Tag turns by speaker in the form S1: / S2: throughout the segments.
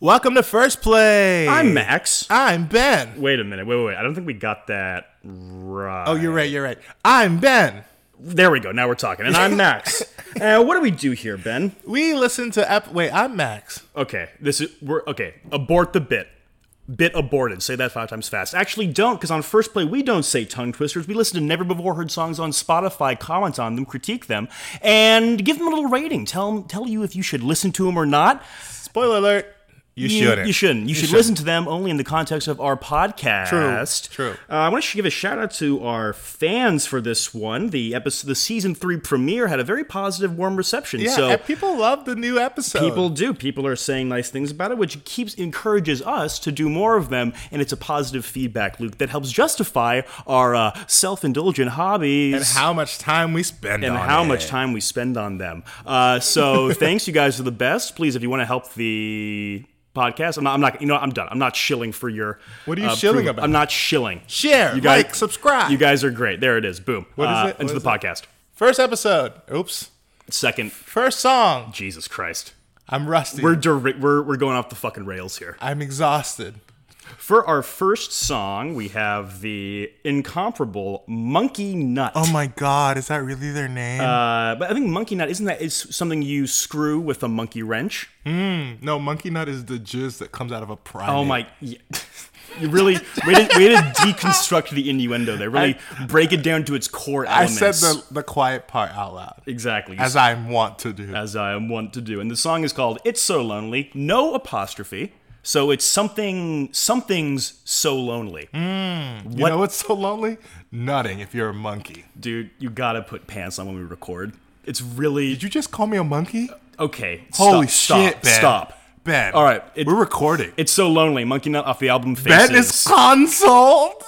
S1: Welcome to First Play.
S2: I'm Max.
S1: I'm Ben.
S2: Wait a minute. Wait, wait, wait. I don't think we got that right.
S1: Oh, you're right. You're right. I'm Ben.
S2: There we go. Now we're talking. And I'm Max. uh, what do we do here, Ben?
S1: We listen to ep. Wait, I'm Max.
S2: Okay. This is we're okay. Abort the bit. Bit aborted. Say that five times fast. Actually, don't, because on first play we don't say tongue twisters. We listen to never before heard songs on Spotify, comment on them, critique them, and give them a little rating. Tell 'em- tell you if you should listen to them or not.
S1: Spoiler alert. You shouldn't.
S2: You shouldn't. You, should
S1: shouldn't.
S2: listen to them only in the context of our podcast.
S1: True, true.
S2: Uh, I want to give a shout out to our fans for this one. The episode, the season three premiere had a very positive, warm reception.
S1: Yeah,
S2: so
S1: and people love the new episode.
S2: people do. People are saying nice things about it, which keeps encourages us to do more of them, and it's a positive feedback loop that helps justify our uh, self indulgent hobbies
S1: and how much time we spend
S2: and
S1: on
S2: how
S1: it.
S2: much time we spend on them. Uh, so thanks, you guys are the best. Please, if you want to help the podcast, I'm not, I'm not, you know, I'm done. I'm not shilling for your.
S1: What are you shilling
S2: approval.
S1: about?
S2: I'm not shilling.
S1: Share,
S2: You guys-
S1: like, subscribe.
S2: You guys are great. There it is. Boom.
S1: is
S2: Uh,
S1: it? What
S2: Into
S1: is
S2: the podcast.
S1: First episode. Oops.
S2: Second,
S1: First song.
S2: Jesus Christ.
S1: I'm rusty.
S2: We're, direct, we're we're going off the fucking rails here.
S1: I'm exhausted.
S2: For our first song, we have the incomparable Monkey Nut.
S1: Oh my god, is that really their name?
S2: uh, but I think Monkey Nut isn't that is something you screw with a monkey wrench?
S1: no, monkey nut is the jizz that comes out of a primate.
S2: Oh my! yeah. You really way to, way to deconstruct the innuendo there. Really break it down to its core
S1: I
S2: elements.
S1: said the, the quiet part out loud,
S2: exactly
S1: as I want to do.
S2: as I am wont to do. And the song is called "It's So Lonely," no apostrophe. So it's something. Something's so lonely,
S1: Hmm. You know what's so lonely? Nutting if you're a monkey.
S2: dude. You gotta put pants on when we record. It's really
S1: Did you just call me a monkey?
S2: okay.
S1: Holy
S2: stop,
S1: shit,
S2: Stop.
S1: Ben.
S2: Stop.
S1: Ben.
S2: All right, it-
S1: We're recording.
S2: It's so lonely. Monkey Nut off the album Faces.
S1: ben is consoled.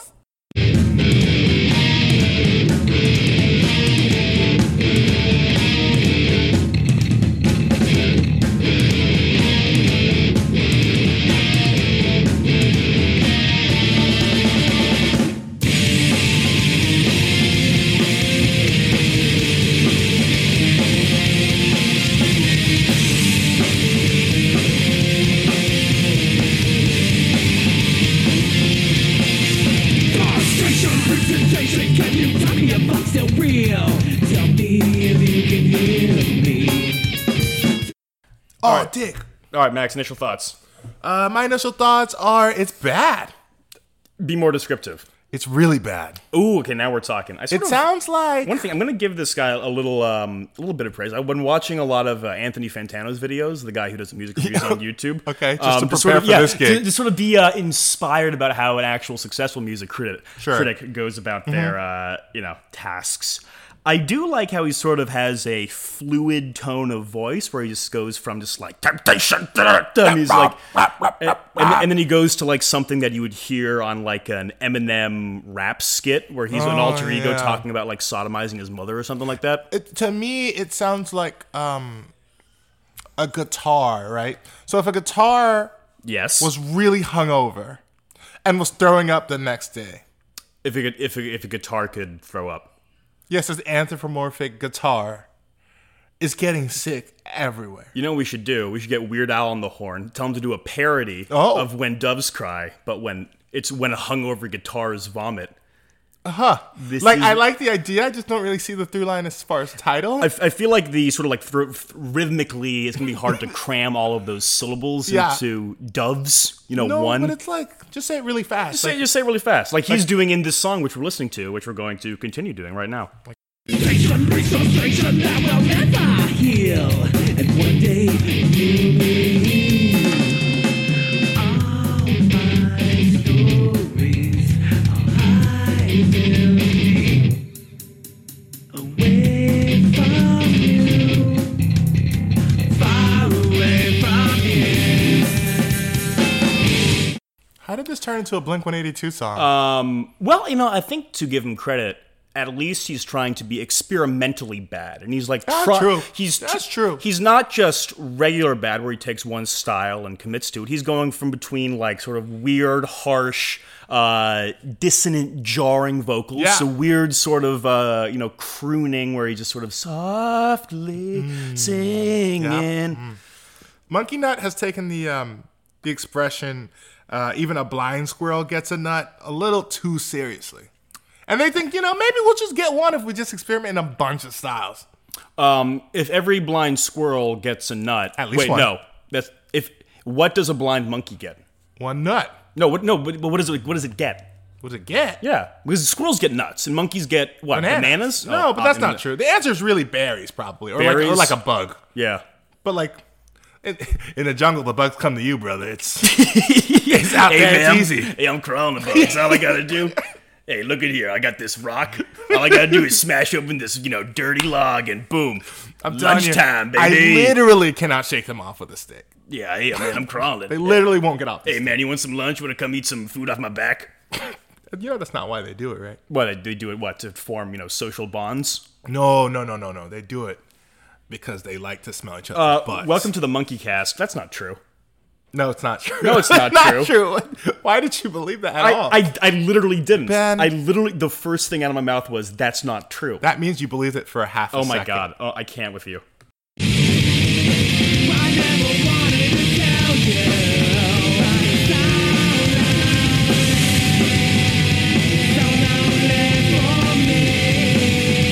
S3: Frustration, representation, can you tell me if I'm still real? Tell me if you can hear me.
S1: Oh, dick.
S2: All right, Max. Initial thoughts.
S1: Uh, my initial thoughts are it's bad.
S2: Be more descriptive.
S1: It's really bad.
S2: Ooh, okay. Now we're talking. I sort
S1: It
S2: of-
S1: sounds like
S2: One thing I'm going to give this guy a little, um, a little bit of praise. I've been watching a lot of uh, Anthony Fantano's videos, the guy who does music reviews on YouTube. Um,
S1: Okay, just to
S2: sort of-
S1: prepare for
S2: yeah,
S1: this gig.
S2: To, to sort of be uh, inspired about how an actual successful music critic
S1: Sure. Mm-hmm.
S2: critic goes about their, uh, you know, tasks. I do like how he sort of has a fluid tone of voice where he just goes from just like temptation, da-da-da," and he's like, and, and then he goes to like something that you would hear on like an Eminem rap skit where he's an
S1: Oh,
S2: alter ego
S1: yeah.
S2: talking talking about like sodomizing his mother or something like that.
S1: it, to me it sounds like um a guitar, right? So if a guitar
S2: Yes.
S1: was really hungover and was throwing up the next day.
S2: if a, if a, if a guitar could throw up.
S1: Yes, this anthropomorphic guitar is getting sick everywhere.
S2: You know what we should do? We should get Weird Al on the horn. Tell him to do a parody
S1: Oh.
S2: of When Doves Cry, but when it's when a hungover guitars vomit. This
S1: Uh-huh. Like
S2: is-
S1: I like the idea, I just don't really see the through line as far as title.
S2: I, f- I feel like the sort of like thro- th- rhythmically, it's gonna be hard to cram all of those syllables
S1: Yeah.
S2: into doves. You know,
S1: no,
S2: one.
S1: but it's like just say it really fast.
S2: just,
S1: like-
S2: say, just say it really fast, like he's doing in this song, which we're listening to, which we're going to continue doing right now.
S3: Patient resuscitation that will never heal. And one day you will heal. All my stories are hiding away from you. Far away from you.
S1: How did this turn into a Blink 182 song?
S2: Um, well, you know, I think to give him credit, at least he's trying to be experimentally bad, and he's like,
S1: Ah,
S2: try-
S1: true.
S2: He's
S1: That's true.
S2: He's not just regular bad, where he takes one style and commits to it. He's going from between like sort of weird, harsh, uh, dissonant, jarring vocals,
S1: Yeah.
S2: to weird sort of uh, you know crooning, where he just sort of softly singing.
S1: Monkey Nut has taken the um, the expression uh, "even a blind squirrel gets a nut" a little too seriously, and they think you know maybe we'll just get one if we just experiment in a bunch of styles.
S2: Um, if every blind squirrel gets a nut,
S1: At least
S2: wait,
S1: one.
S2: no, that's if. What does a blind monkey get?
S1: One nut.
S2: No, what, no, but, but what does it? What does it get?
S1: What does it get?
S2: Yeah, because squirrels get nuts and monkeys get what? Bananas?
S1: No,
S2: Oh,
S1: but that's
S2: uh,
S1: not true. The answer is really berries, probably, or like or
S2: Berries?
S1: like a bug.
S2: Yeah,
S1: But like in, in the jungle, the bugs come to you, brother. It's it's out
S2: Hey,
S1: there.
S2: man,
S1: It's easy.
S2: Hey, I'm crawling about. That's all I gotta do. Hey, look at here. I got this rock. All I gotta do is smash open this, you know, dirty log, and boom,
S1: I'm telling you,
S2: lunchtime,
S1: I
S2: baby.
S1: literally cannot shake them off with a stick.
S2: yeah, yeah, man, I'm crawling.
S1: They literally won't get off. The
S2: hey, man, you want some lunch? Want to come eat some food off my back?
S1: stick. You know that's not why they do it, right?
S2: What they do it what to form, you know, social bonds.
S1: No, no, no, no, no. They do it because they like to smell each
S2: Uh,
S1: other's butts.
S2: welcome to the Monkey Cast. That's not true.
S1: No, it's not true.
S2: No, it's not
S1: true. Why did you believe that at all?
S2: I, I, I literally didn't.
S1: Ben.
S2: I literally the first thing out of my mouth was that's not true.
S1: that means you believed it for a half. A
S2: oh my
S1: second.
S2: god. Oh, I can't with you.
S3: I never wanted to tell you. I'm so lonely, so lonely for me.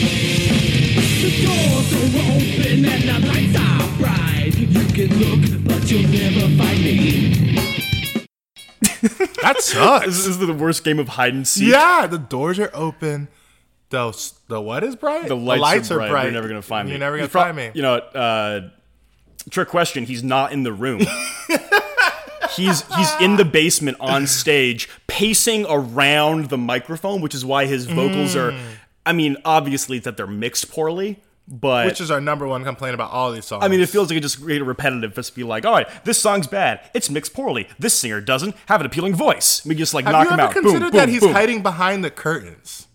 S3: The doors are open and the lights are bright. You can look, but you'll never find me.
S1: that
S2: This
S1: sucks.
S2: is the worst game of hide and seek.
S1: yeah, the doors are open. The the what is bright?
S2: The lights, are, bright. You're never gonna find me.
S1: You're never gonna
S2: You prob-
S1: find me.
S2: You know, uh, trick question. He's not in the room. he's he's in the basement on stage, pacing around the microphone, which is why his vocals are.
S1: Mm.
S2: I mean, obviously that they're mixed poorly, but
S1: which is our number one complaint about all these songs.
S2: I mean, it feels like it just created repetitive. Just be like, all right, this song's bad. It's mixed poorly. This singer doesn't have an appealing voice. We just like
S1: have
S2: knock
S1: you
S2: him
S1: ever
S2: out. Boom,
S1: considered that
S2: boom,
S1: he's
S2: boom.
S1: hiding behind the curtains?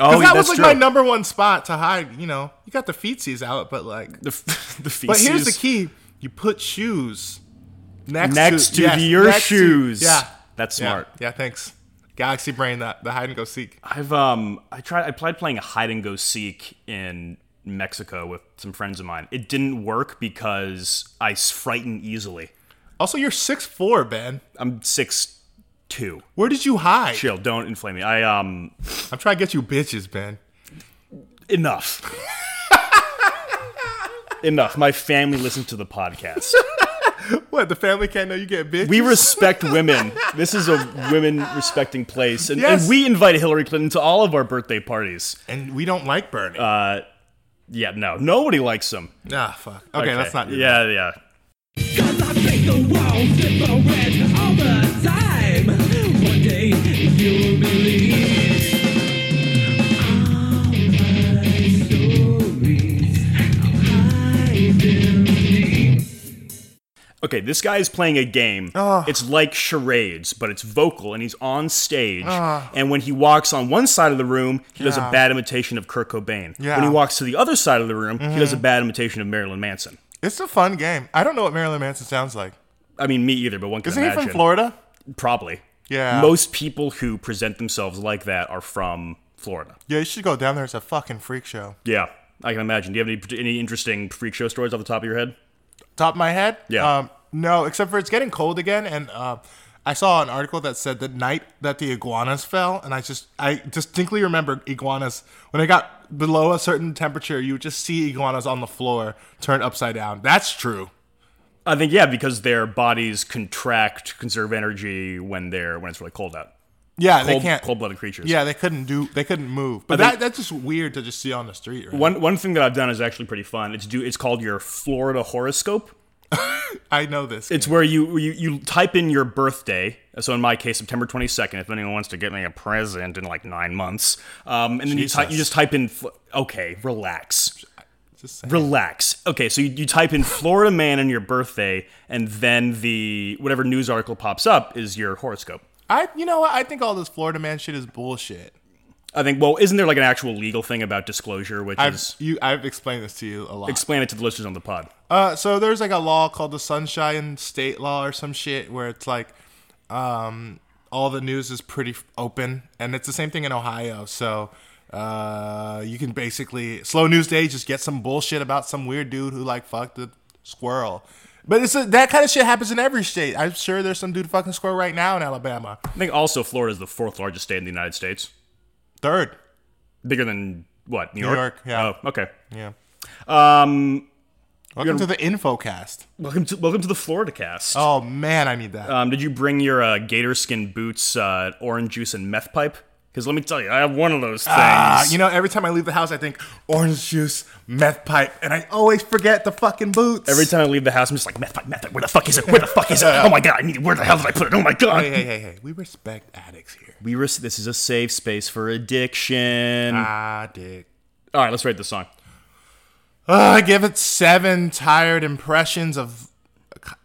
S2: Oh,
S1: Because that was
S2: that's
S1: like
S2: true.
S1: my number one spot to hide. You know, you got the feetsies out, but like,
S2: The, f- the feces.
S1: but here's the key: you put shoes next
S2: Next to
S1: yes,
S2: the- your
S1: next to-
S2: shoes.
S1: yeah,
S2: That's
S1: Yeah.
S2: smart.
S1: Yeah, thanks. Galaxy Brain, that the hide and go seek.
S2: I've um I tried I tried playing a hide and go seek in Mexico with some friends of mine. It didn't work because I s- frighten easily.
S1: Also, you're six four, Ben.
S2: I'm six two.
S1: Where did you hide?
S2: Chill, don't inflame me. I um
S1: I'm trying to get you bitches, Ben.
S2: enough. enough. My family listens to the podcast.
S1: What? The family can't know you get bitches.
S2: We respect women. This is a women respecting place. And,
S1: Yes.
S2: and we invite Hillary Clinton to all of our birthday parties.
S1: and we don't like Bernie.
S2: Uh, Yeah, no. Nobody likes them.
S1: nah, fuck. Okay, let's not. Do
S2: Yeah, yeah.
S3: Cause I make the walls different all the time. One day you'll believe all my stories. I believe.
S2: Okay, this guy is playing a game.
S1: Ah.
S2: It's like charades, but it's vocal, and he's on stage. And when he walks on one side of the room, he does a
S1: Ah. Yeah.
S2: bad imitation of Kurt Cobain.
S1: Yeah. Mm-hmm.
S2: When he walks to the other side of the room, he does a bad imitation of Marilyn Manson.
S1: It's a fun game. I don't know what Marilyn Manson sounds like.
S2: I mean, me either, but one can
S1: Isn't
S2: imagine.
S1: he from Florida?
S2: Probably.
S1: Yeah.
S2: Most people who present themselves like that are from Florida.
S1: Yeah, you should go down there. It's a fucking freak show.
S2: Yeah, I can imagine. Do you have any any interesting freak show stories off the top of your head?
S1: Top of my head?
S2: Yeah.
S1: Um, no, except for it's getting cold again, and uh, I saw an article that said the night that the iguanas fell, and I just I distinctly remember iguanas when it got below a certain temperature, you would just see iguanas on the floor turned upside down. That's true.
S2: I think yeah, because their bodies contract, conserve energy when they're when it's really cold out.
S1: Yeah, they
S2: Cold,
S1: can't.
S2: cold-blooded creatures.
S1: Yeah, they couldn't do. They couldn't move. But
S2: think-
S1: that that's just weird to just see on the street. Right?
S2: One one thing that I've done is actually pretty fun. It's do it's called your Florida horoscope.
S1: I know this.
S2: It's where you you, you type in your birthday. So in my case, September twenty second. If anyone wants to get me a present in like nine months, um, and then you type
S1: Jesus.
S2: you just type in. Fl- Okay, relax,
S1: Just saying.
S2: relax. Okay, so you, you type in Florida man and your birthday, and then the whatever news article pops up is your horoscope.
S1: I you know what? I think all this Florida man shit is bullshit.
S2: I think. Well, isn't there like an actual legal thing about disclosure, which
S1: I've
S2: is
S1: you I've explained this to you a lot.
S2: explain it to the listeners on the pod.
S1: Uh, so there's like a law called the Sunshine State Law or some shit where it's like, um, all the news is pretty f- open, and it's the same thing in Ohio. So, uh, you can basically slow news day just get some bullshit about some weird dude who like fucked a squirrel, But it's a, that kind of shit happens in every state. I'm sure there's some dude fucking square right now in Alabama.
S2: I think also Florida is the fourth largest state in the United States,
S1: Third.
S2: bigger than what New
S1: New
S2: York.
S1: York, yeah.
S2: Oh, okay.
S1: Yeah.
S2: Um,
S1: Welcome to the infocast.
S2: welcome to welcome to the Florida cast.
S1: Oh man, I need that.
S2: Um, did you bring your uh, gator skin boots, uh, orange juice, and meth pipe? Because let me tell you, I have one of those things.
S1: Ah, you know, every time I leave the house, I think orange juice, meth pipe, and I always forget the fucking boots.
S2: Every time I leave the house, I'm just like meth pipe, meth pipe. Where the fuck is it? Where the fuck is it? Oh my god! I need. Where the hell did I put it? Oh my god!
S1: Hey, hey, hey, hey. We respect addicts here.
S2: We risk. This is a safe space for addiction.
S1: Ah. Addict.
S2: All right, let's rate this song.
S1: Ugh, I give it seven tired impressions of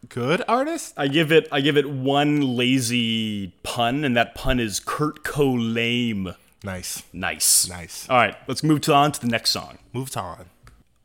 S1: good artists.
S2: I give it. I give it one lazy pun, and that pun is Kurt Colame.
S1: Nice.
S2: Nice.
S1: Nice.
S2: All right, let's move to on to the next song.
S1: Moved on.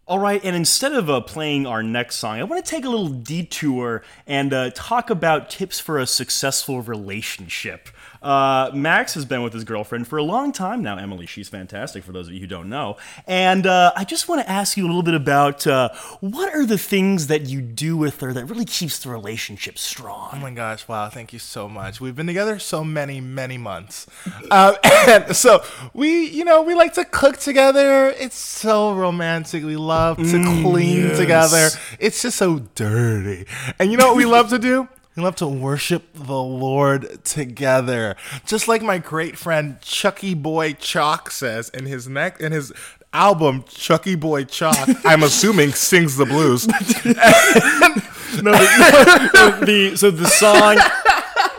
S2: All right, and instead of uh, playing our next song, I want to take a little detour and uh, talk about tips for a successful relationship. Uh, Max has been with his girlfriend for a long time now, Emily. She's fantastic, for those of you who don't know. And uh, I just want to ask you a little bit about uh, what are the things that you do with her that really keeps the relationship strong?
S1: Oh my gosh, wow, thank you so much. We've been together so many, many months. Um, and so we, you know, we like to cook together. It's so romantic. We love to clean together. It's just so dirty. And you know what we love to do? We love to worship the Lord together. Just like my great friend Chucky Boy Chalk says in his neck in his album Chucky Boy Chalk, I'm assuming sings the blues.
S2: the so the song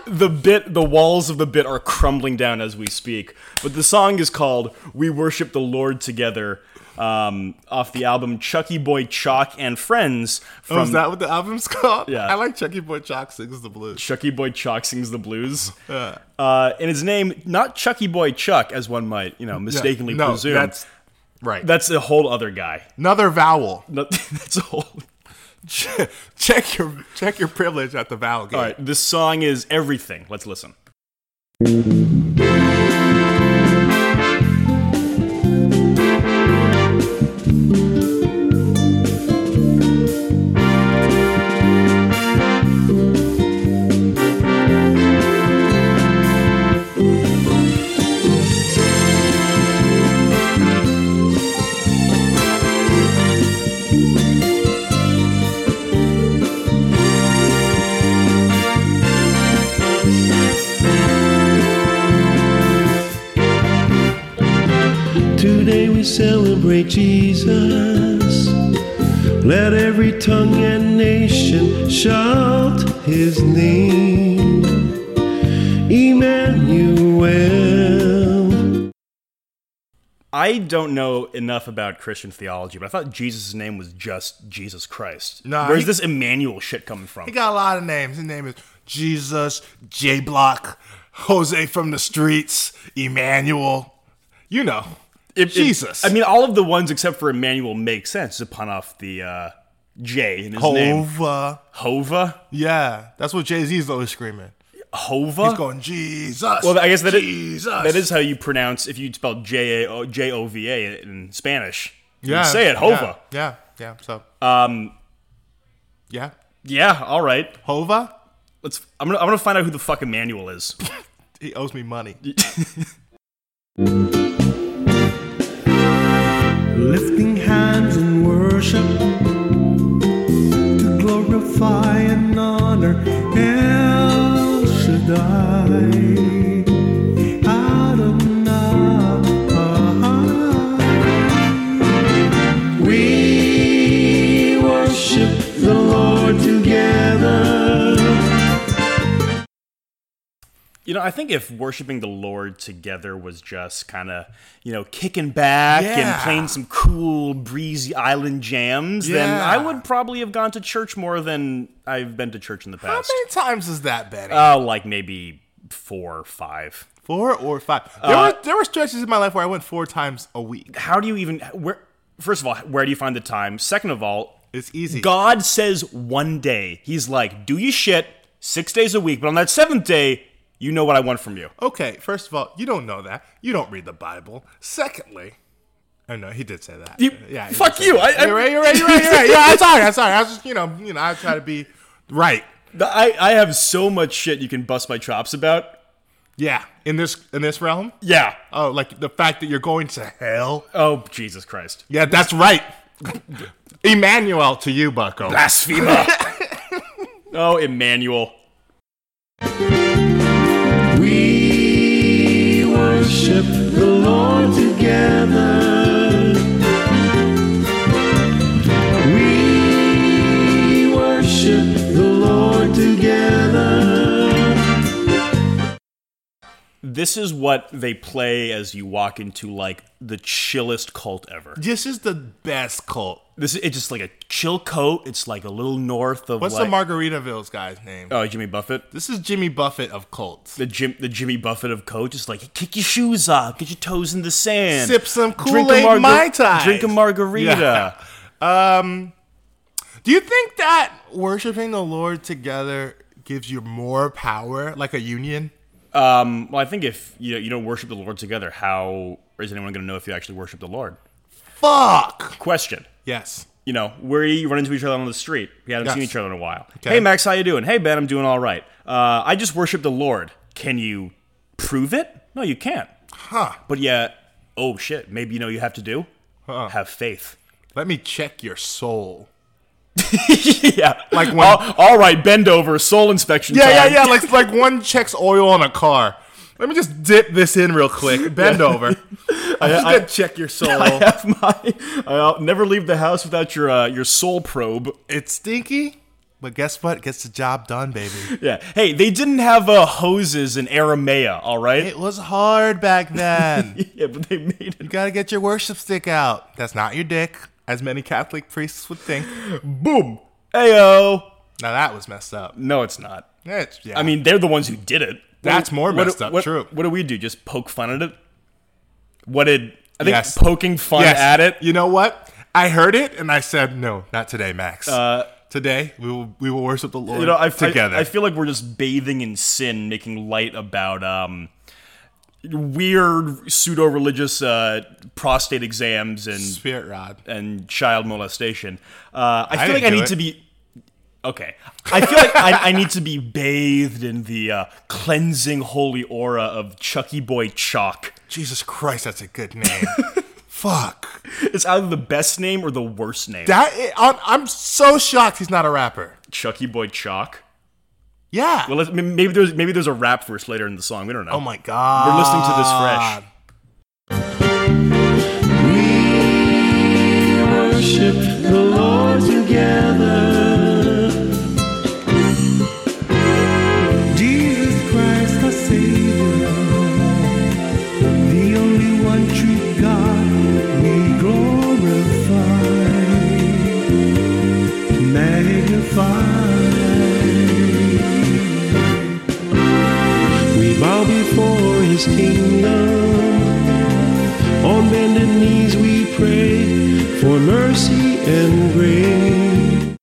S2: the bit the walls of the bit are crumbling down as we speak but the song is called we worship the lord together um, off the album chucky boy chalk and friends
S1: Oh,
S2: from
S1: Is that what the album's called?
S2: Yeah.
S1: I like Chucky Boy Chalk sings the blues.
S2: chucky boy chalk sings the blues uh, and his name not chucky boy chuck as one might you know mistakenly
S1: no,
S2: presume
S1: that's- Right.
S2: that's a whole other guy
S1: Another vowel.
S2: No, that's a whole
S1: Che- Check your check your privilege at the vowel gate.
S2: all right this song is everything let's listen
S4: Today we celebrate Jesus. Let every tongue and nation shout his name. Emmanuel.
S2: I don't know enough about Christian theology, but I thought Jesus' name was just Jesus Christ.
S1: Nah,
S2: Where's
S1: he-
S2: this Emmanuel shit coming from?
S1: He got a lot of names. His name is Jesus, J Block, Jose from the streets, Emmanuel. You know.
S2: If- if-
S1: Jesus.
S2: I mean, all of the ones except for Emmanuel make sense. It's a pun off the uh, J in his name.
S1: Hova.
S2: Hova?
S1: Yeah. That's what Jay Z's always screaming.
S2: Hova?
S1: He's going, Jesus.
S2: well, I guess that is
S1: Jesus.
S2: that is how you pronounce if you spell J A O J O V A in Spanish. You
S1: Yeah.
S2: say it, Hova.
S1: Yeah. Yeah. yeah. So.
S2: Um,
S1: Yeah.
S2: yeah, all right.
S1: Hova?
S2: Let's. I'm gonna. I'm gonna find out who the fuck Emmanuel is.
S1: He owes me money.
S4: lifting hands in worship to glorify and honor El Shaddai. Adonai. We worship the Lord together.
S2: You know, I think if worshiping the Lord together was just kind of, you know, kicking back and
S1: Yeah.
S2: playing some cool, breezy island jams, then
S1: Yeah.
S2: I would probably have gone to church more than I've been to church in the
S1: How
S2: past.
S1: many times is that, Benny?
S2: Uh, like maybe four or five.
S1: four or five.
S2: Uh,
S1: There were there were stretches in my life where I went four times a week.
S2: How do you even, where, first of all, where do you find the time? Second of all,
S1: It's easy.
S2: God says one day, He's like, do your shit six days a week, but on that seventh day, you know what I want from you.
S1: Okay, first of all, you don't know that. You don't read the Bible. Secondly, Oh no, he did say that.
S2: You-
S1: yeah, he
S2: fuck
S1: did say
S2: you,
S1: that.
S2: I- I-
S1: you're right. You're right. You're right. You're right. Yeah, I'm sorry. I'm sorry. I was just you know you know I try to be right.
S2: I, I have so much shit you can bust my chops about.
S1: Yeah, in this in this realm.
S2: Yeah.
S1: Oh, like the fact that you're going to hell.
S2: Oh, Jesus Christ.
S1: Yeah, that's right. Emmanuel to you, Bucko.
S2: Blasphemer. oh, Emmanuel.
S4: We worship the Lord together. We worship the Lord together.
S2: This is what they play as you walk into like the chillest cult ever.
S1: This is the best cult.
S2: This is it's just like a chill coat. It's like a little north of
S1: What's
S2: like,
S1: the Margaritaville's guy's name?
S2: Oh, Jimmy Buffett.
S1: This is Jimmy Buffett of cults.
S2: The Jim, the Jimmy Buffett of coat, just like kick your shoes off, get your toes in the sand,
S1: Sip some
S2: drink a
S1: Kool-Aid
S2: marga-
S1: Mai Tais.
S2: drink a margarita.
S1: Um, do you think that worshiping the Lord together gives you more power, like a union?
S2: Um, well, I think if you you don't worship the Lord together, how is anyone going to know if you actually worship the Lord?
S1: Fuck.
S2: Question.
S1: Yes.
S2: you know, we run into each other on the street. We haven't seen
S1: Yes.
S2: each other in a while.
S1: Okay.
S2: Hey, Max, how you doing? Hey, Ben, I'm doing all right. Uh, I just worship the Lord. Can you prove it? No, you can't.
S1: Huh.
S2: But yeah, oh shit, maybe you know you have to do? Have faith.
S1: Let me check your soul.
S2: yeah.
S1: Like when-
S2: All- all right, bend over, soul inspection
S1: Yeah,
S2: time.
S1: yeah, yeah. Like like one checks oil on a car. Let me just dip this in real quick. Bend over. I'm just gonna check your soul.
S2: I have my. I'll never leave the house without your uh, your soul probe.
S1: it's stinky, but guess what? Gets the job done, baby.
S2: Yeah. Hey, they didn't have uh, hoses in Aramea, all right?
S1: It was hard back then.
S2: yeah, but they made it.
S1: You gotta get your worship stick out. That's not your dick, as many Catholic priests would think.
S2: Boom. Ayo.
S1: Now that was messed up.
S2: No, it's not.
S1: It's- yeah.
S2: I mean, they're the ones who did it.
S1: That's
S2: What-
S1: more
S2: what-
S1: messed up,
S2: What,
S1: true.
S2: What do we do? Just poke fun at it? What did I think?
S1: Yes.
S2: Poking fun
S1: Yes.
S2: at it.
S1: You know what? I heard it and I said, no, not today, Max. Uh, today we will we will worship the Lord
S2: You know, I, I-
S1: together.
S2: I, feel like we're just bathing in sin, making light about um, weird pseudo-religious uh, prostate exams and
S1: Spirit rod.
S2: and child molestation. Uh, I,
S1: I
S2: feel like I
S1: didn't do
S2: need
S1: it.
S2: to be. Okay, I feel like I, I need to be bathed in the uh, cleansing holy aura of Chucky Boy chalk.
S1: Jesus Christ, that's a good name. Fuck.
S2: It's either the best name or the worst name.
S1: That I, I'm so shocked he's not a rapper.
S2: Chucky Boy Chalk.
S1: Yeah.
S2: Well, let's, m- maybe there's maybe there's a rap verse later in the song. We don't know.
S1: oh my god.
S2: We're listening to this fresh.
S4: We worship the Lord together. Jesus Christ, our Savior, the only one true God, we glorify, magnify. We bow before His kingdom. On bended knees we pray for mercy and grace.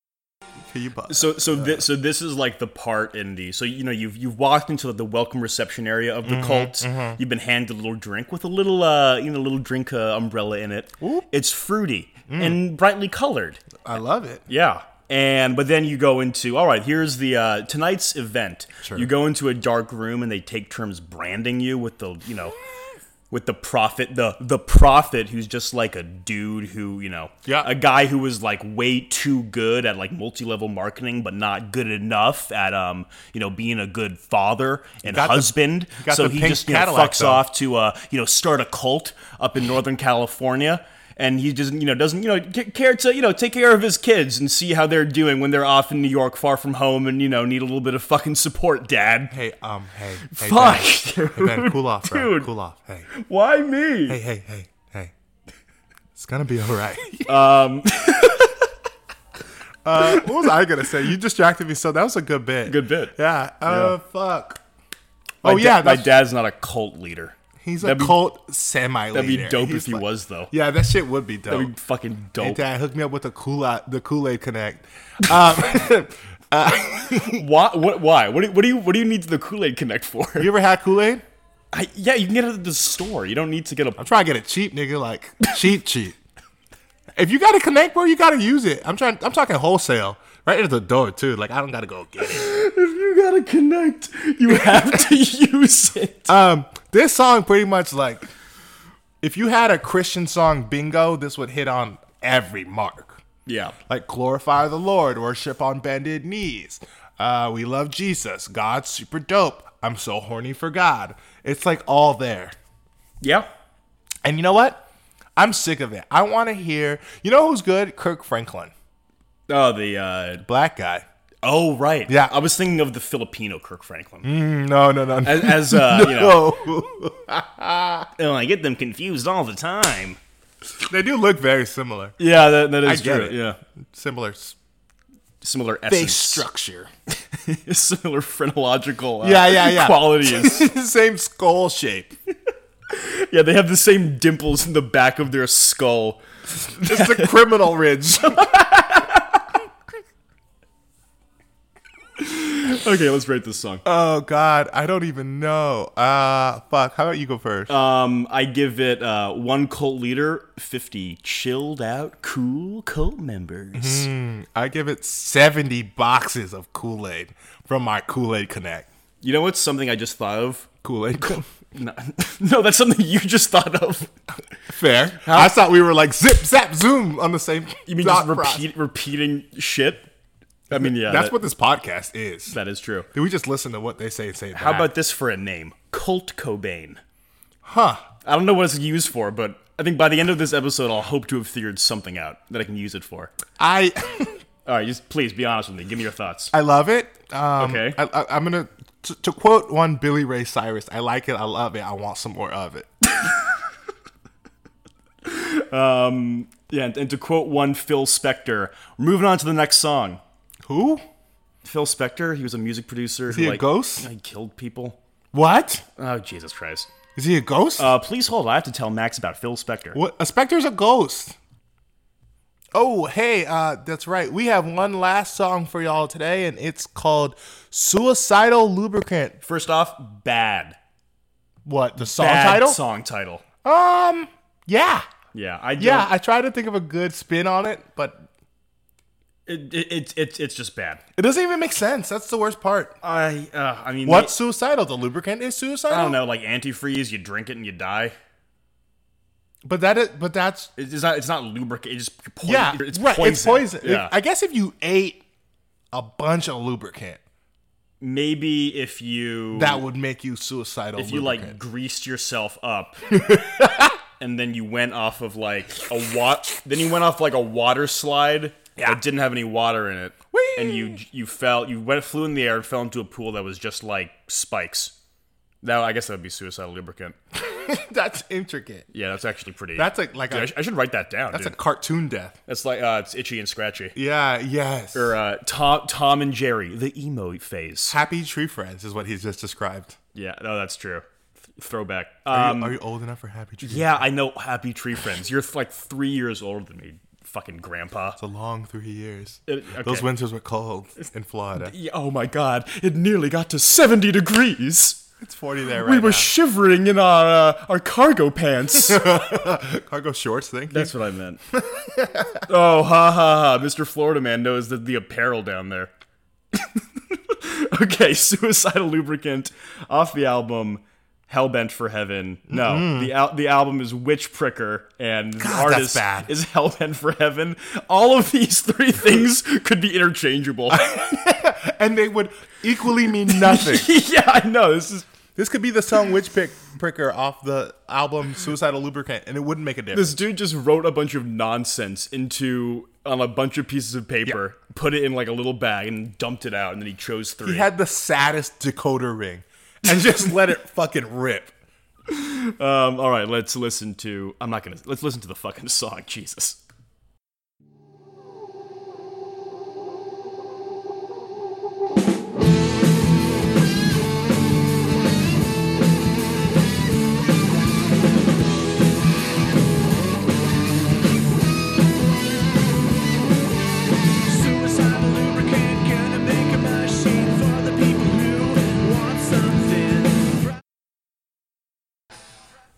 S1: Can you bu-
S2: So so this so this is like the part in the so you know you've you've walked into the welcome reception area of the
S1: Mm-hmm,
S2: cult. You've been handed a little drink with a little uh you know little drink uh, umbrella in it. It's fruity
S1: Mm.
S2: and brightly colored.
S1: I love it.
S2: Yeah. And but then you go into all right. Here's the uh, tonight's event. You go into a dark room and they take turns branding you with the you know with the prophet the the prophet who's just like a dude who you know
S1: Yeah.
S2: a guy who was like way too good at like multi level marketing but not good enough at um you know being a good father and
S1: got the-
S2: husband.
S1: got
S2: so
S1: the
S2: he
S1: pink
S2: just you know,
S1: Cadillac,
S2: fucks
S1: though.
S2: off to uh, you know start a cult up in Northern California, and he doesn't you know doesn't you know ca- care to you know take care of his kids and see how they're doing when they're off in New York, far from home, and you know need a little bit of fucking support, Dad.
S1: Hey, um, hey, hey
S2: Fuck,
S1: Ben. Hey, Ben,
S2: dude,
S1: cool off, bro.
S2: dude.
S1: Cool off. Hey,
S2: Why me?
S1: hey, hey, hey, hey. It's gonna be all right. Um. uh, what was I gonna say? You distracted me, so that was a good bit.
S2: Good bit.
S1: Yeah. Oh fuck.
S2: My
S1: oh
S2: da-
S1: yeah,
S2: my
S1: that's-
S2: dad's not a cult leader.
S1: He's a
S2: That'd be-
S1: cult semi.
S2: That'd be dope if he was though.
S1: Yeah, that shit would be dope.
S2: That'd be fucking
S1: Hey,
S2: dope.
S1: Dad, hook me up with the Kool Aid, the Kool Aid Connect. Um, you
S2: Why? What? Why? What do, you- what do you? What do you need the Kool Aid Connect for?
S1: ever had Kool Aid?
S2: I, yeah, you can get it at the store. You don't need to get a.
S1: I'm trying to get it cheap, nigga. Like cheap, cheap. If you got a connect, bro, you gotta use it. I'm trying. I'm talking wholesale, right at the door too. Like I don't gotta go get it.
S2: You gotta connect. You have to use it.
S1: Um, this song pretty much like, if you had a Christian song bingo, this would hit on every mark.
S2: yeah.
S1: Like glorify the Lord, worship on bended knees. Uh, we love Jesus. God's super dope. I'm so horny for God. It's like all there.
S2: Yeah.
S1: And you know what? I'm sick of it. I want to hear. You know who's good? Kirk Franklin,
S2: Oh, the. Uh,
S1: black guy.
S2: oh, right.
S1: Yeah.
S2: I was thinking of the Filipino Kirk Franklin.
S1: No, no, no. no.
S2: As, as uh, you know,
S1: Oh,
S2: oh, I get them confused all the time.
S1: they do look very similar.
S2: Yeah, that, that
S1: I
S2: is
S1: get
S2: true.
S1: it.
S2: Yeah.
S1: Similar s-
S2: Similar
S1: face
S2: essence.
S1: structure.
S2: Similar phrenological uh,
S1: Yeah, yeah, yeah.
S2: quality is
S1: Same skull shape.
S2: Yeah, they have the same dimples in the back of their skull.
S1: It's the criminal ridge.
S2: Okay, let's rate this song.
S1: oh God, I don't even know. Uh, fuck. How about you go first?
S2: Um, I give it uh, one cult leader, 50 chilled out, cool cult members.
S1: I give it seventy boxes of Kool Aid from my Kool Aid Connect.
S2: You know what's something I just thought of?
S1: Kool Aid.
S2: No, no, that's something you just thought of.
S1: Fair. I thought we were like zip, zap, zoom on the same.
S2: You mean
S1: thought
S2: just
S1: process.
S2: repeat, repeating shit? I mean, yeah.
S1: That's
S2: that-
S1: what this podcast is.
S2: That is true.
S1: Do we just listen to what they say and say?
S2: How
S1: back?
S2: about this for a name? Cult Cobain.
S1: huh?
S2: I don't know what it's used for, but I think by the end of this episode, I'll hope to have figured something out that I can use it for.
S1: I
S2: All right, just please be honest with me. Give me your thoughts.
S1: I love it. Um,
S2: Okay.
S1: I, I, I'm gonna to, to quote one Billy Ray Cyrus. I like it. I love it. I want some more of it.
S2: Yeah, and, and to quote one Phil Spector, we're moving on to the next song.
S1: Who?
S2: Phil Spector, he was a music producer
S1: he
S2: who
S1: a
S2: like,
S1: ghost?
S2: like, killed people.
S1: What?
S2: Oh Jesus Christ!
S1: Is he a ghost?
S2: Uh, please hold. I have to tell Max about Phil Spector.
S1: what? A specter's a ghost. Oh, hey, uh, that's right. We have one last song for y'all today, and it's called "Suicidal Lubricant."
S2: First off, bad.
S1: What the song
S2: Bad
S1: title?
S2: Song title.
S1: Um, yeah,
S2: Yeah, I don't-
S1: yeah. I tried to think of a good spin on it, but
S2: It, it, it, it's it's just bad.
S1: It doesn't even make sense. That's the worst part.
S2: I uh, I mean,
S1: What's suicidal? The lubricant is
S2: I
S1: suicidal.
S2: don't know, like antifreeze. You drink it and you die.
S1: But that is. But that's
S2: It- It's not. It's not lubricant. It's just poison.
S1: yeah.
S2: It's
S1: right.
S2: poison.
S1: It's poison. If-
S2: Yeah.
S1: I guess if you ate a bunch of lubricant,
S2: Maybe if you
S1: that would make you suicidal.
S2: if you like greased yourself up and then you went off of like a wat then you went off like a water slide that didn't have any water in it and you you fell you went flew in the air and fell into a pool that was just like spikes that i guess that would be suicidal lubricant
S1: that's intricate.
S2: yeah that's actually pretty
S1: That's a like
S2: Dude, I,
S1: a,
S2: sh- I should write that down
S1: that's a
S2: dude.
S1: cartoon death.
S2: that's like uh it's itchy and scratchy
S1: Yeah. Yes.
S2: or uh, Tom, Tom and Jerry, the emo phase.
S1: Happy tree friends is what he's just described.
S2: Yeah, no, that's true. Th- throwback.
S1: Are,
S2: Um,
S1: you, are you old enough for happy tree?
S2: Yeah, I know Happy Tree Friends. You're like three years older than me, fucking grandpa.
S1: It's a long three years.
S2: It-
S1: Those
S2: Uh, okay.
S1: winters were cold in Florida.
S2: Yeah, oh my god, it nearly got to 70 degrees.
S1: It's forty there right
S2: we were
S1: now.
S2: shivering in our uh, our cargo pants.
S1: Cargo shorts thing.
S2: That's what I meant. oh, ha ha ha. Mr. Florida Man knows that the apparel down there. okay, Suicidal Lubricant off the album Hellbent for Heaven. No, the al- the album is Witch Pricker and the
S1: God, that's
S2: artist
S1: bad.
S2: is Hellbent for Heaven. All of these three things could be interchangeable.
S1: and they would equally mean nothing.
S2: yeah, I know. This is
S1: This could be the song Witch Pick Pricker off the album Suicidal Lubricant, and it wouldn't make a difference.
S2: this dude just wrote a bunch of nonsense into on a bunch of pieces of paper, put it in like a little bag and dumped it out and then he chose three.
S1: He had the saddest decoder ring and just let it fucking rip.
S2: Um, all right, let's listen to. I'm not gonna. Let's listen to the fucking song, Jesus.
S5: Suicidal lubricant, gonna make a machine for the people who want something.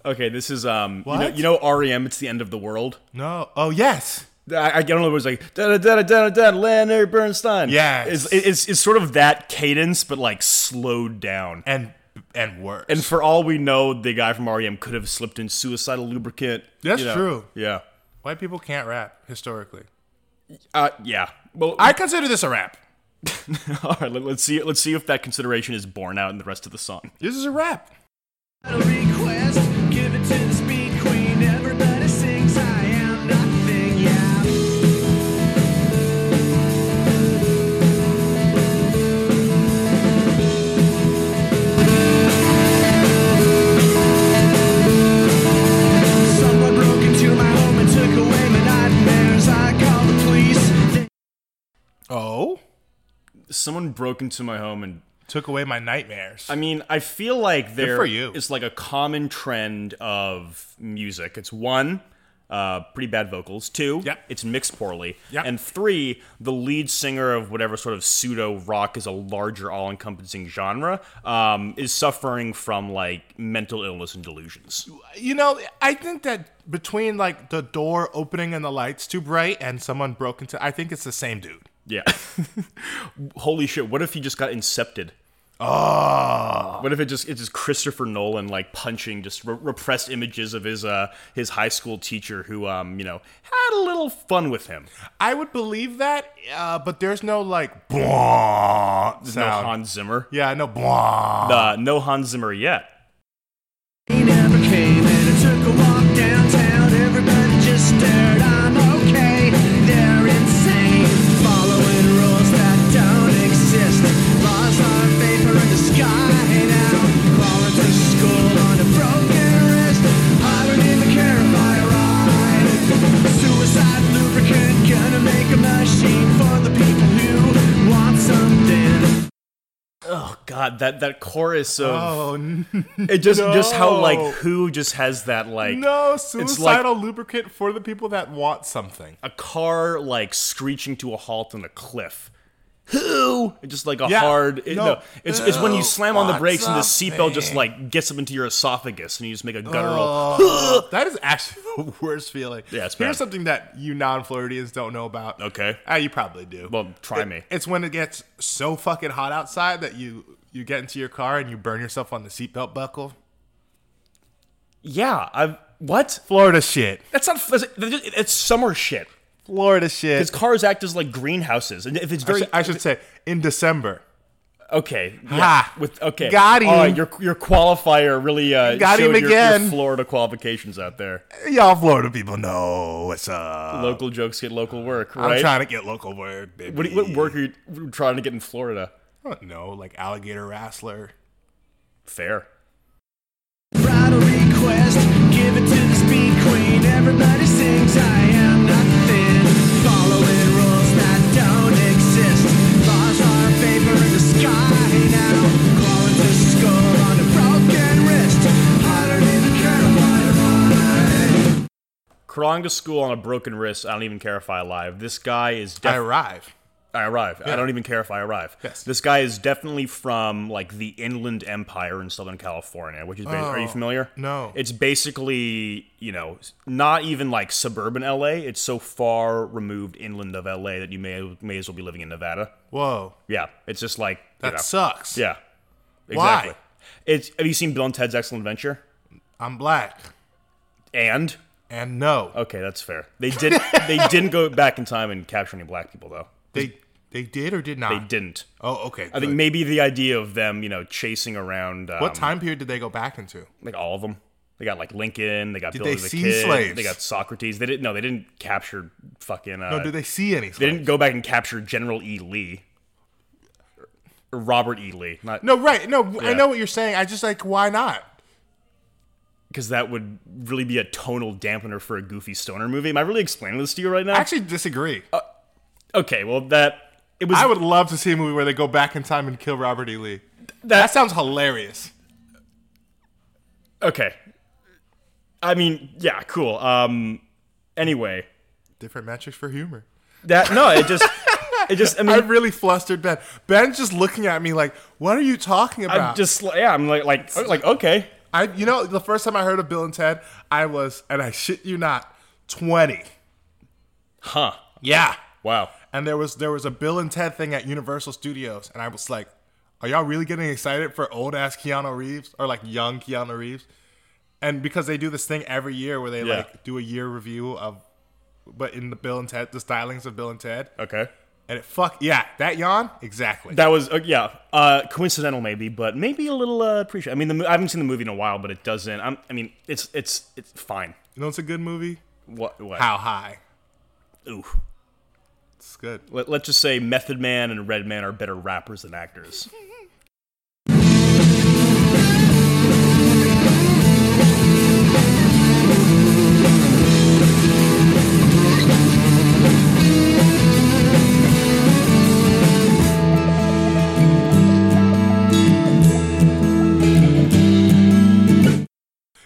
S2: Okay, this is um. You know,
S1: What?
S2: you know REM. It's the end of the world.
S1: No. Oh yes.
S2: I, I don't know. It was like da da da da da da. Leonard Bernstein.
S1: Yes.
S2: it's, it's it's sort of that cadence, but like slowed down.
S1: And and worse.
S2: And for all we know, the guy from REM could have slipped in suicidal lubricant.
S1: That's
S2: you know.
S1: true.
S2: Yeah.
S1: White people can't rap historically.
S2: Uh, yeah. Well,
S1: I consider this a rap.
S2: all right. Let, let's see. Let's see if that consideration is borne out in the rest of the song.
S1: This is a rap.
S5: A request, give it to the speed queen. Everybody sings, I am nothing, yeah. Someone broke into my home and took away my nightmares. I called the police. They
S1: Oh.
S2: Someone broke into my home and
S1: Took away my nightmares.
S2: I mean, I feel like there is
S1: for you.
S2: like a common trend of music. It's one, uh, pretty bad vocals. Two,
S1: Yep.
S2: it's mixed poorly.
S1: Yep.
S2: And three, the lead singer of whatever sort of pseudo rock is a larger, all encompassing genre um, is suffering from like mental illness and delusions.
S1: you know, I think that between like the door opening and the lights too bright and someone broke into I think it's the same dude.
S2: Yeah. Holy shit! What if he just got incepted?
S1: Oh.
S2: What if it just it's just Christopher Nolan like punching just re- repressed images of his uh his high school teacher who um you know had a little fun with him.
S1: I would believe that, uh, but there's no like blah sound.
S2: No Hans Zimmer.
S1: yeah, no blah.
S2: Uh, no Hans Zimmer yet.
S5: never came and I took a walk downtown. Everybody just stared. I'm okay. They're insane. Following rules that don't exist. Laws are vapor in the sky now. Falling to school on a broken wrist. I don't even care if I ride. Suicide lubricant gonna make a machine for the people who want something.
S2: Oh God, that that chorus of
S1: Oh n-
S2: it just just how like
S1: no.
S2: who just has that like
S1: no,
S2: like-
S1: suicidal lubricant for the people that want something.
S2: a car like screeching to a halt on a cliff. Who? It's Just like a
S1: Yeah.
S2: hard. It,
S1: No.
S2: no. It's, it's when you
S1: Who
S2: slam on the
S1: wants
S2: brakes and the seatbelt just
S1: something?
S2: like gets up into your esophagus and you just make a guttural.
S1: that is actually the worst feeling.
S2: Yeah, it's
S1: Here's
S2: bad.
S1: something that you non-Floridians don't know about.
S2: Okay.
S1: Ah, you probably do.
S2: Well, try
S1: It-
S2: me.
S1: It's when it gets so fucking hot outside that you you get into your car and you burn yourself on the seatbelt buckle.
S2: Yeah. I've what?
S1: Florida shit.
S2: That's not. That's, it's summer shit.
S1: Florida
S2: His
S1: shit.
S2: cars act as like greenhouses, and if it's
S1: I
S2: very,
S1: should, I should say in December.
S2: Okay. yeah,
S1: Ha.
S2: With okay.
S1: Got
S2: All right,
S1: him.
S2: your your qualifier really uh,
S1: Got
S2: showed
S1: him
S2: your- your
S1: again.
S2: Florida qualifications out there.
S1: Y'all Florida people know what's up.
S2: local jokes get local work,
S1: I'm
S2: right?
S1: trying to get local word, baby.
S2: what, do you- what work are you trying to get in Florida?
S1: I don't know, like alligator wrestler.
S2: Fair.
S5: Bridal request, give it to the speed queen. Everybody sings, I am nothing. Following rules that don't exist. Laws are vapor in the sky now. Crawling to school on a broken wrist. I don't even care about it.
S2: Crawling to school on a broken wrist. I don't even care if I alive. This guy is.
S1: I
S2: Def-
S1: arrive.
S2: I arrive. I don't even care if I arrive.
S1: Yes.
S2: This guy is definitely from like the Inland Empire in Southern California, which is. Ba- are you
S1: Oh,
S2: familiar?
S1: no.
S2: It's basically you know not even like suburban LA. It's so far removed inland of LA that you may may as well be living in Nevada.
S1: Whoa,
S2: Yeah. It's just like
S1: that
S2: you know.
S1: sucks.
S2: Yeah.
S1: Why?
S2: Exactly. It's. Have you seen Bill and Ted's Excellent Adventure?
S1: I'm black,
S2: And
S1: and no,
S2: okay, that's fair. They did. they didn't go back in time and capture any black people though.
S1: they they did or did not.
S2: They didn't.
S1: Oh, okay.
S2: I think maybe the idea of them, you know, chasing around. Um,
S1: what time period did they go back into?
S2: Like all of them. They got like Lincoln. They got
S1: they
S2: Billy the
S1: see
S2: Kid.
S1: slaves?
S2: They got Socrates. They didn't. No, they didn't capture fucking. Uh,
S1: No, did they see any?
S2: they didn't go back and capture General E. Lee. Or Robert E. Lee, not
S1: No, right. No,
S2: Yeah.
S1: I know what you're saying. I just like why not?
S2: because that would really be a tonal dampener for a goofy stoner movie. Am I really explaining this to you right now?
S1: I actually disagree.
S2: okay, well that it was
S1: I would love to see a movie where they go back in time and kill Robert E. Lee. That sounds hilarious.
S2: okay. I mean, yeah, cool. Um, anyway,
S1: Different metrics for humor.
S2: that no, it just, it just. I
S1: I
S2: mean,
S1: really flustered Ben. Ben's just looking at me like, "What are you talking
S2: I,
S1: about?"
S2: am just oh, like- yeah, I'm like like like okay.
S1: I you know the first time I heard of Bill and Ted, I was and I shit you not, twenty.
S2: Huh.
S1: Yeah.
S2: Wow.
S1: And there was there was a Bill and Ted thing at Universal Studios, and I was like, "Are y'all really getting excited for old ass Keanu Reeves or like young Keanu Reeves?" And because they do this thing every year where they
S2: Yeah.
S1: like do a year review of, but in the Bill and Ted, the stylings of Bill and Ted,
S2: Okay.
S1: and it fuck yeah, that yawn exactly.
S2: That was uh, yeah, uh, coincidental maybe, but maybe a little uh, appreciated. I mean, the, mo- I haven't seen the movie in a while, but it doesn't. I'm, I mean, it's it's it's fine.
S1: you know, it's a good movie.
S2: What? what?
S1: How high?
S2: Ooh.
S1: It's good.
S2: Let, let's just say Method Man and Red Man are better rappers than actors.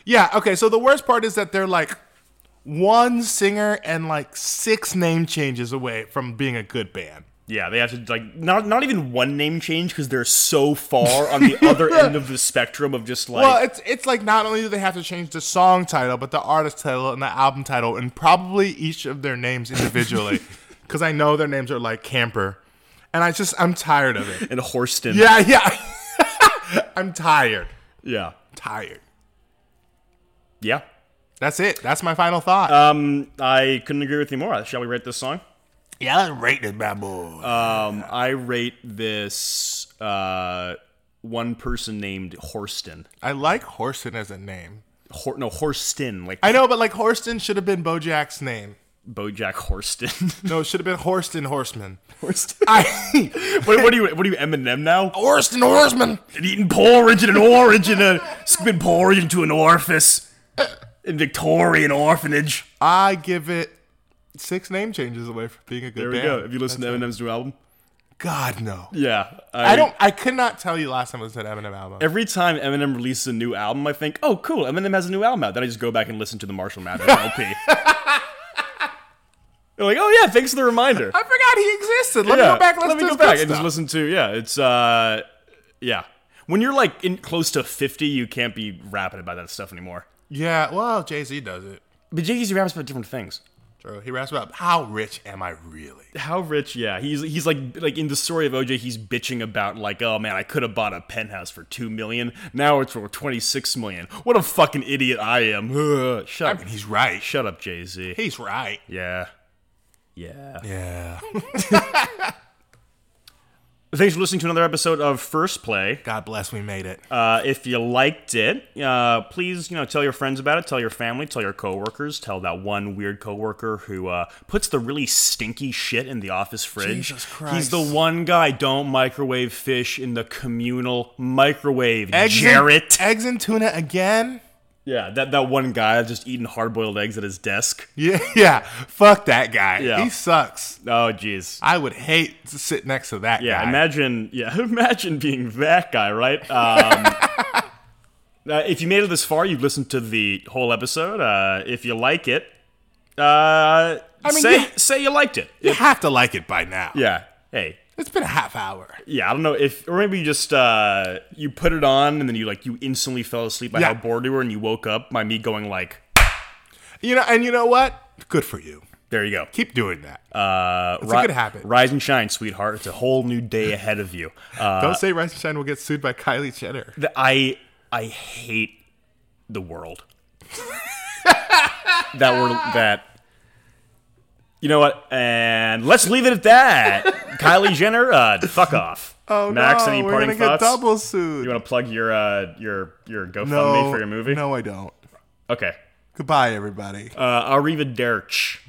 S1: Yeah. Okay. So the worst part is that they're like one singer and like six name changes away from being a good band.
S2: Yeah, they have to like not not even one name change because they're so far on the other end of the spectrum of just like
S1: Well, it's it's like not only do they have to change the song title, but the artist title and the album title, and probably each of their names individually, because I know their names are like Camper, and I just I'm tired of it.
S2: and Horston.
S1: Yeah, yeah, I'm tired,
S2: yeah,
S1: tired.
S2: yeah.
S1: That's it. That's my final thought.
S2: Um, I couldn't agree with you more. Shall we rate this song?
S1: yeah, let's rate this bad boy.
S2: Um, I rate this uh, one person named Horston.
S1: I like Horston as a name.
S2: Hor- no, Horston, like
S1: I know, but like Horston should have been BoJack's name.
S2: BoJack Horston.
S1: No, it should have been Horston Horseman.
S2: Horston.
S1: I
S2: what, what do you? What do you Eminem now?
S1: Horston Horseman.
S2: and eating porridge in an orange and a squid porridge into an orifice in Victorian orphanage.
S1: I give it six name changes away from being a good
S2: There we
S1: band.
S2: go. Have you listened to Eminem's new album?
S1: God no.
S2: Yeah,
S1: I don't. I could not tell you last time I listened to an Eminem album.
S2: Every time Eminem releases a new album, I think, "Oh, cool, Eminem has a new album out." Then I just go back and listen to the Marshall Mathers LP. They're like, "Oh yeah, thanks for the reminder."
S1: I forgot he existed. Let
S2: Yeah,
S1: me go back. and
S2: let
S1: listen
S2: me
S1: to his
S2: go back
S1: good
S2: and just
S1: stuff.
S2: listen to. Yeah, it's uh, yeah. When you're like in close to fifty, you can't be rapping about that stuff anymore.
S1: Yeah. Well, Jay Z does it.
S2: But Jay-Z raps about different things.
S1: True. He raps about how rich am I really?
S2: How rich? Yeah, he's he's like like in the story of OJ, he's bitching about like, oh man, I could have bought a penthouse for two million. Now it's for twenty six million. What a fucking idiot I am. Ugh.
S1: I
S2: Shut
S1: mean, he's right.
S2: shut up, Jay Z.
S1: He's right.
S2: Yeah, yeah.
S1: Yeah.
S2: Thanks for listening to another episode of First Play.
S1: God bless. We made it.
S2: Uh, if you liked it, uh, please you know tell your friends about it, tell your family, tell your coworkers, tell that one weird coworker who uh, puts the really stinky shit in the office fridge.
S1: Jesus
S2: He's
S1: Christ.
S2: the one guy don't microwave fish in the communal microwave.
S1: Eggs and-
S2: Jarrett.
S1: eggs and tuna again.
S2: yeah, that that one guy just eating hard boiled eggs at his desk.
S1: Yeah. Yeah. Fuck that guy.
S2: Yeah.
S1: He sucks.
S2: Oh, jeez.
S1: I would hate to sit next to that
S2: Yeah,
S1: guy.
S2: imagine. Yeah, imagine being that guy, right? Um, uh, if you made it this far, you've listened to the whole episode. Uh, if you like it, uh,
S1: mean,
S2: say
S1: yeah.
S2: say you liked it.
S1: You have to like it by now.
S2: Yeah. Hey.
S1: It's been a half hour.
S2: Yeah, I don't know if, or maybe you just uh, you put it on and then you like you instantly fell asleep by
S1: Yeah.
S2: how bored you were and you woke up by me going like,
S1: You know, and you know what? Good for you.
S2: there you go.
S1: Keep doing that.
S2: Uh,
S1: a good habit.
S2: Rise and shine, sweetheart. It's a whole new day ahead of you. Uh,
S1: Don't say Rice and Shine will get sued by Kylie Jenner.
S2: th- I I hate the world. that were that. You know what? And let's leave it at that. Kylie Jenner, uh, fuck off.
S1: Oh
S2: Max,
S1: no,
S2: any
S1: we're
S2: parting
S1: gonna
S2: thoughts?
S1: get double sued.
S2: You want to plug your uh, your your GoFundMe
S1: no,
S2: for your movie?
S1: No, I don't.
S2: Okay.
S1: Goodbye, everybody.
S2: Uh, arrivederci.